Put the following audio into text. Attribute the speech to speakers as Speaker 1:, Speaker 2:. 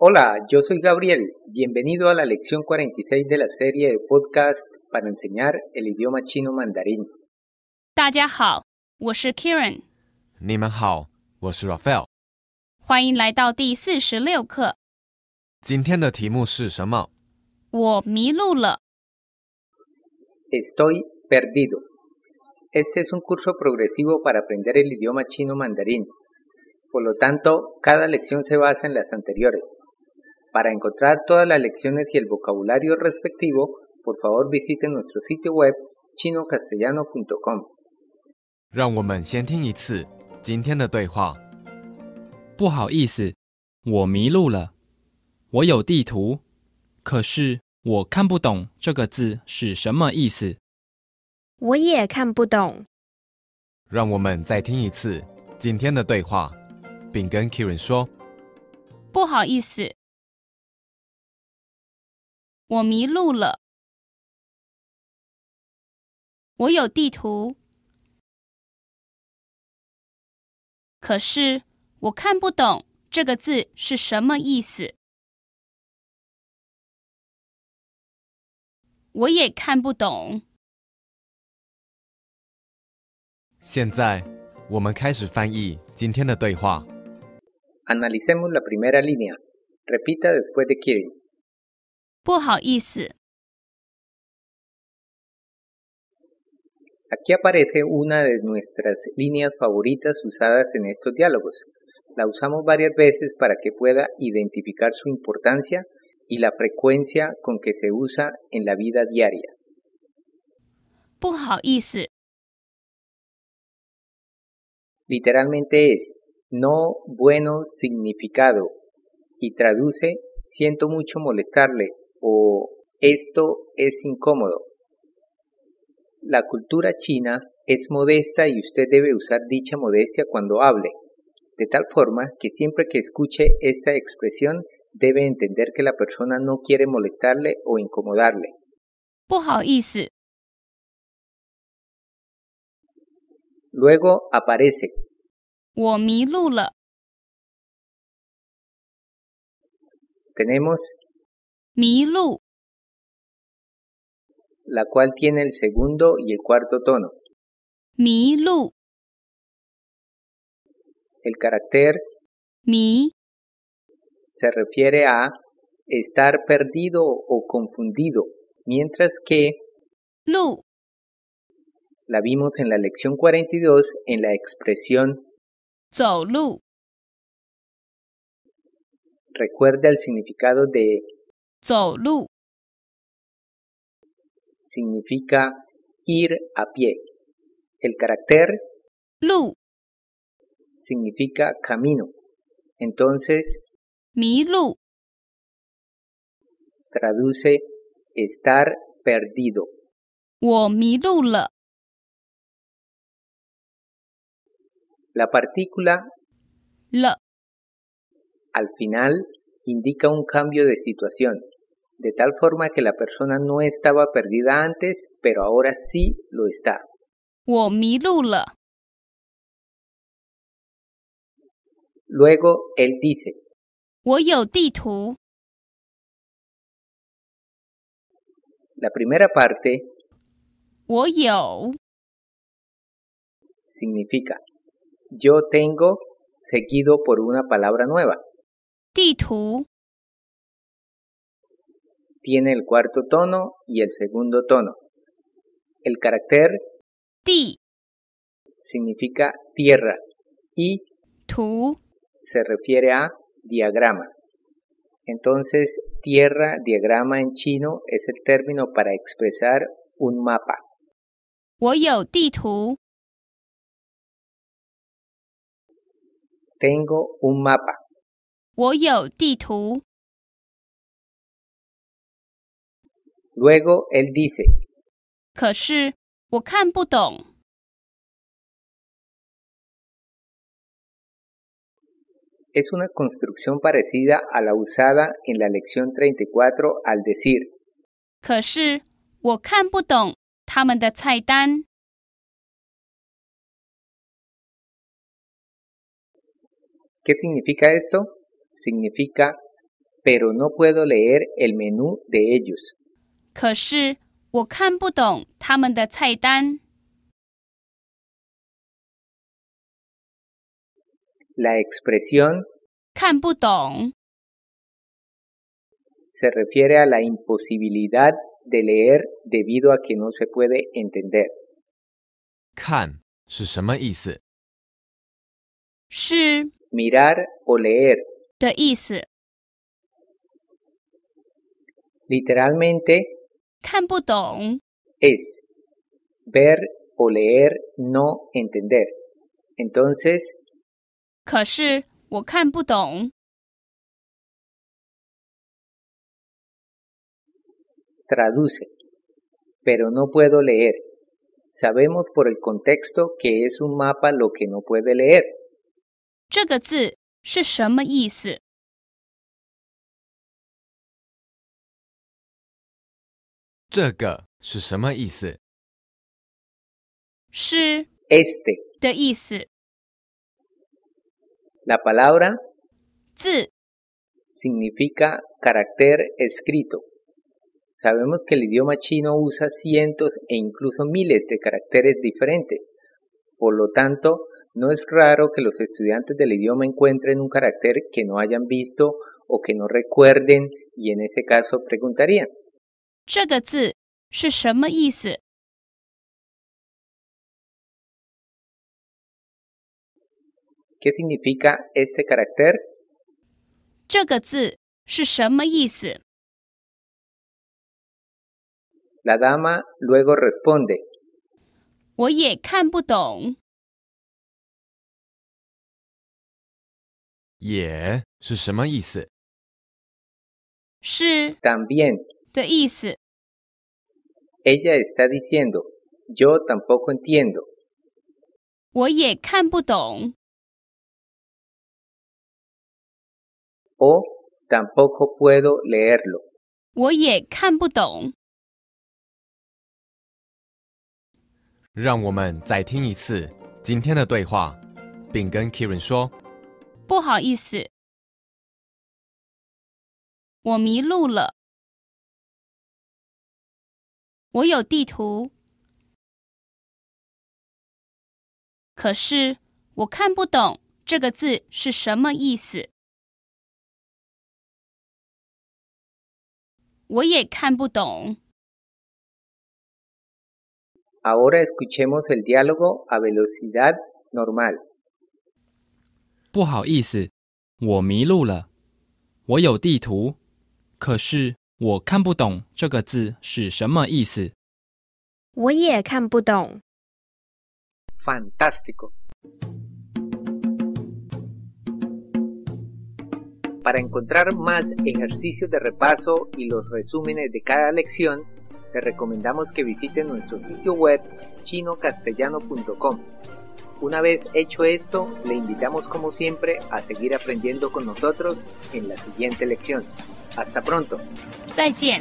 Speaker 1: Hola, yo soy Gabriel. Bienvenido a la lección 46 de la serie de podcast para enseñar el idioma chino mandarín.
Speaker 2: 大家好，我是 Kieran，
Speaker 3: 你们好，我是 Raphael。
Speaker 2: 欢迎来到第四十六课。
Speaker 3: 今天的题目是什么？
Speaker 2: 我迷路了，
Speaker 1: Estoy perdido. Este es un curso progresivo para aprender el idioma chino mandarín. Por lo tanto, cada lección se basa en las anteriores. Para encontrar todas las lecciones y el vocabulario respectivo, por favor visite nuestro sitio web chinocastellano.com.
Speaker 3: 让我们先听一次今天的对话。
Speaker 4: 不好意思，我迷路了。我有地图，可是我看不懂这个字是什么意思。
Speaker 5: 我也看不懂。
Speaker 3: 让我们再听一次今天的对话，并跟 Kieran 说
Speaker 2: 不好意思，我迷路了。我有地图，可是我看不懂这个字是什么意思。我也看不懂。：“
Speaker 3: 现在我们开始翻译今天的对话。
Speaker 1: Analicemos la primera línea. Repita después de Kirin.
Speaker 2: 不好意思，
Speaker 1: Aquí aparece una de nuestras líneas favoritas usadas en estos diálogos. La usamos varias veces para que pueda identificar su importancia y la frecuencia con que se usa en la vida diaria.
Speaker 2: 不好意思，
Speaker 1: Literalmente es no bueno significado y traduce siento mucho molestarle o esto es incómodo. La cultura china es modesta y usted debe usar dicha modestia cuando hable, de tal forma que siempre que escuche esta expresión debe entender que la persona no quiere molestarle o incomodarle.
Speaker 2: 不好意思，
Speaker 1: Luego aparece
Speaker 2: 我迷路了。
Speaker 1: tenemos
Speaker 2: 迷路，
Speaker 1: la cual tiene el segundo y el cuarto tono.
Speaker 2: 迷路，
Speaker 1: El carácter
Speaker 2: 迷
Speaker 1: se refiere a estar perdido o confundido, mientras que
Speaker 2: 路，
Speaker 1: la vimos en la lección 42 en la expresión
Speaker 2: 走路，
Speaker 1: recuerda el significado de
Speaker 2: 走路，
Speaker 1: significa ir a pie. El carácter
Speaker 2: 路，
Speaker 1: significa camino. Entonces
Speaker 2: 迷路，
Speaker 1: traduce estar perdido.
Speaker 2: 我迷路了。
Speaker 1: La partícula
Speaker 2: 了，
Speaker 1: al final indica un cambio de situación, de tal forma que la persona no estaba perdida antes, pero ahora sí lo está.
Speaker 2: 我迷路了。
Speaker 1: Luego él dice,
Speaker 2: 我有地图，
Speaker 1: la primera parte
Speaker 2: 我有
Speaker 1: significa yo tengo seguido por una palabra nueva.
Speaker 2: 地图，
Speaker 1: Tiene el cuarto tono y el segundo tono. El carácter
Speaker 2: 地
Speaker 1: significa tierra y
Speaker 2: 图，
Speaker 1: se refiere a diagrama. Entonces, tierra, diagrama en chino es el término para expresar un mapa.
Speaker 2: 我有地图，
Speaker 1: Tengo un mapa.
Speaker 2: 我有地图，
Speaker 1: Luego él dice,
Speaker 2: 可是我看不懂。
Speaker 1: es una construcción parecida a la usada en la lección 34 al decir,
Speaker 2: 可是我看不懂他们的菜单。
Speaker 1: ¿Qué significa esto? Significa pero no puedo leer el menú de ellos.
Speaker 2: 可是我看不懂他们的菜单。
Speaker 1: La expresión
Speaker 2: 看不懂
Speaker 1: se refiere a la imposibilidad de leer debido a que no se puede entender.
Speaker 3: 看是什么意思？
Speaker 2: 是
Speaker 1: Mirar o leer
Speaker 2: 的意思，
Speaker 1: literalmente
Speaker 2: 看不懂
Speaker 1: es ver o leer no entender. Entonces,
Speaker 2: 可是我看不懂。
Speaker 1: traduce, pero no puedo leer. Sabemos por el contexto que es un mapa lo que no puede leer.
Speaker 2: 这个字是什么意思？
Speaker 3: 这个是什么意思？
Speaker 2: 是
Speaker 1: Este,
Speaker 2: 的意思，
Speaker 1: la palabra
Speaker 2: 字
Speaker 1: significa carácter escrito. Sabemos que el idioma chino usa cientos e incluso miles de caracteres diferentes. Por lo tanto, no es raro que los estudiantes del idioma encuentren un carácter que no hayan visto o que no recuerden y en ese caso preguntarían.
Speaker 2: 这个字是什么意思？
Speaker 1: ¿Qué significa este carácter?
Speaker 2: 这个字是什么意思？
Speaker 1: La dama luego responde,
Speaker 2: 我也看不懂。
Speaker 3: 也是什么意思？
Speaker 2: 是
Speaker 1: también,
Speaker 2: 的意思，
Speaker 1: ella está diciendo, yo tampoco entiendo.
Speaker 2: 我也看不懂。
Speaker 1: o tampoco puedo leerlo.
Speaker 2: 我也看不懂。
Speaker 3: 让我们再听一次今天的对话，并跟 Kieran 说
Speaker 2: 不好意思，我迷路了。我有地图，可是我看不懂这个字是什么意思。我也看不懂。
Speaker 1: Ahora escuchemos el diálogo a velocidad normal.
Speaker 4: 不好意思，我迷路了。我有地图，可是我看不懂这个字是什么意思。
Speaker 5: 我也看不懂。
Speaker 1: Fantástico. Para encontrar más ejercicios de repaso y los resúmenes de cada lección, te recomendamos que visites nuestro sitio web chinocastellano.com. Una vez hecho esto, le invitamos como siempre a seguir aprendiendo con nosotros en la siguiente lección. Hasta pronto.
Speaker 2: 再见。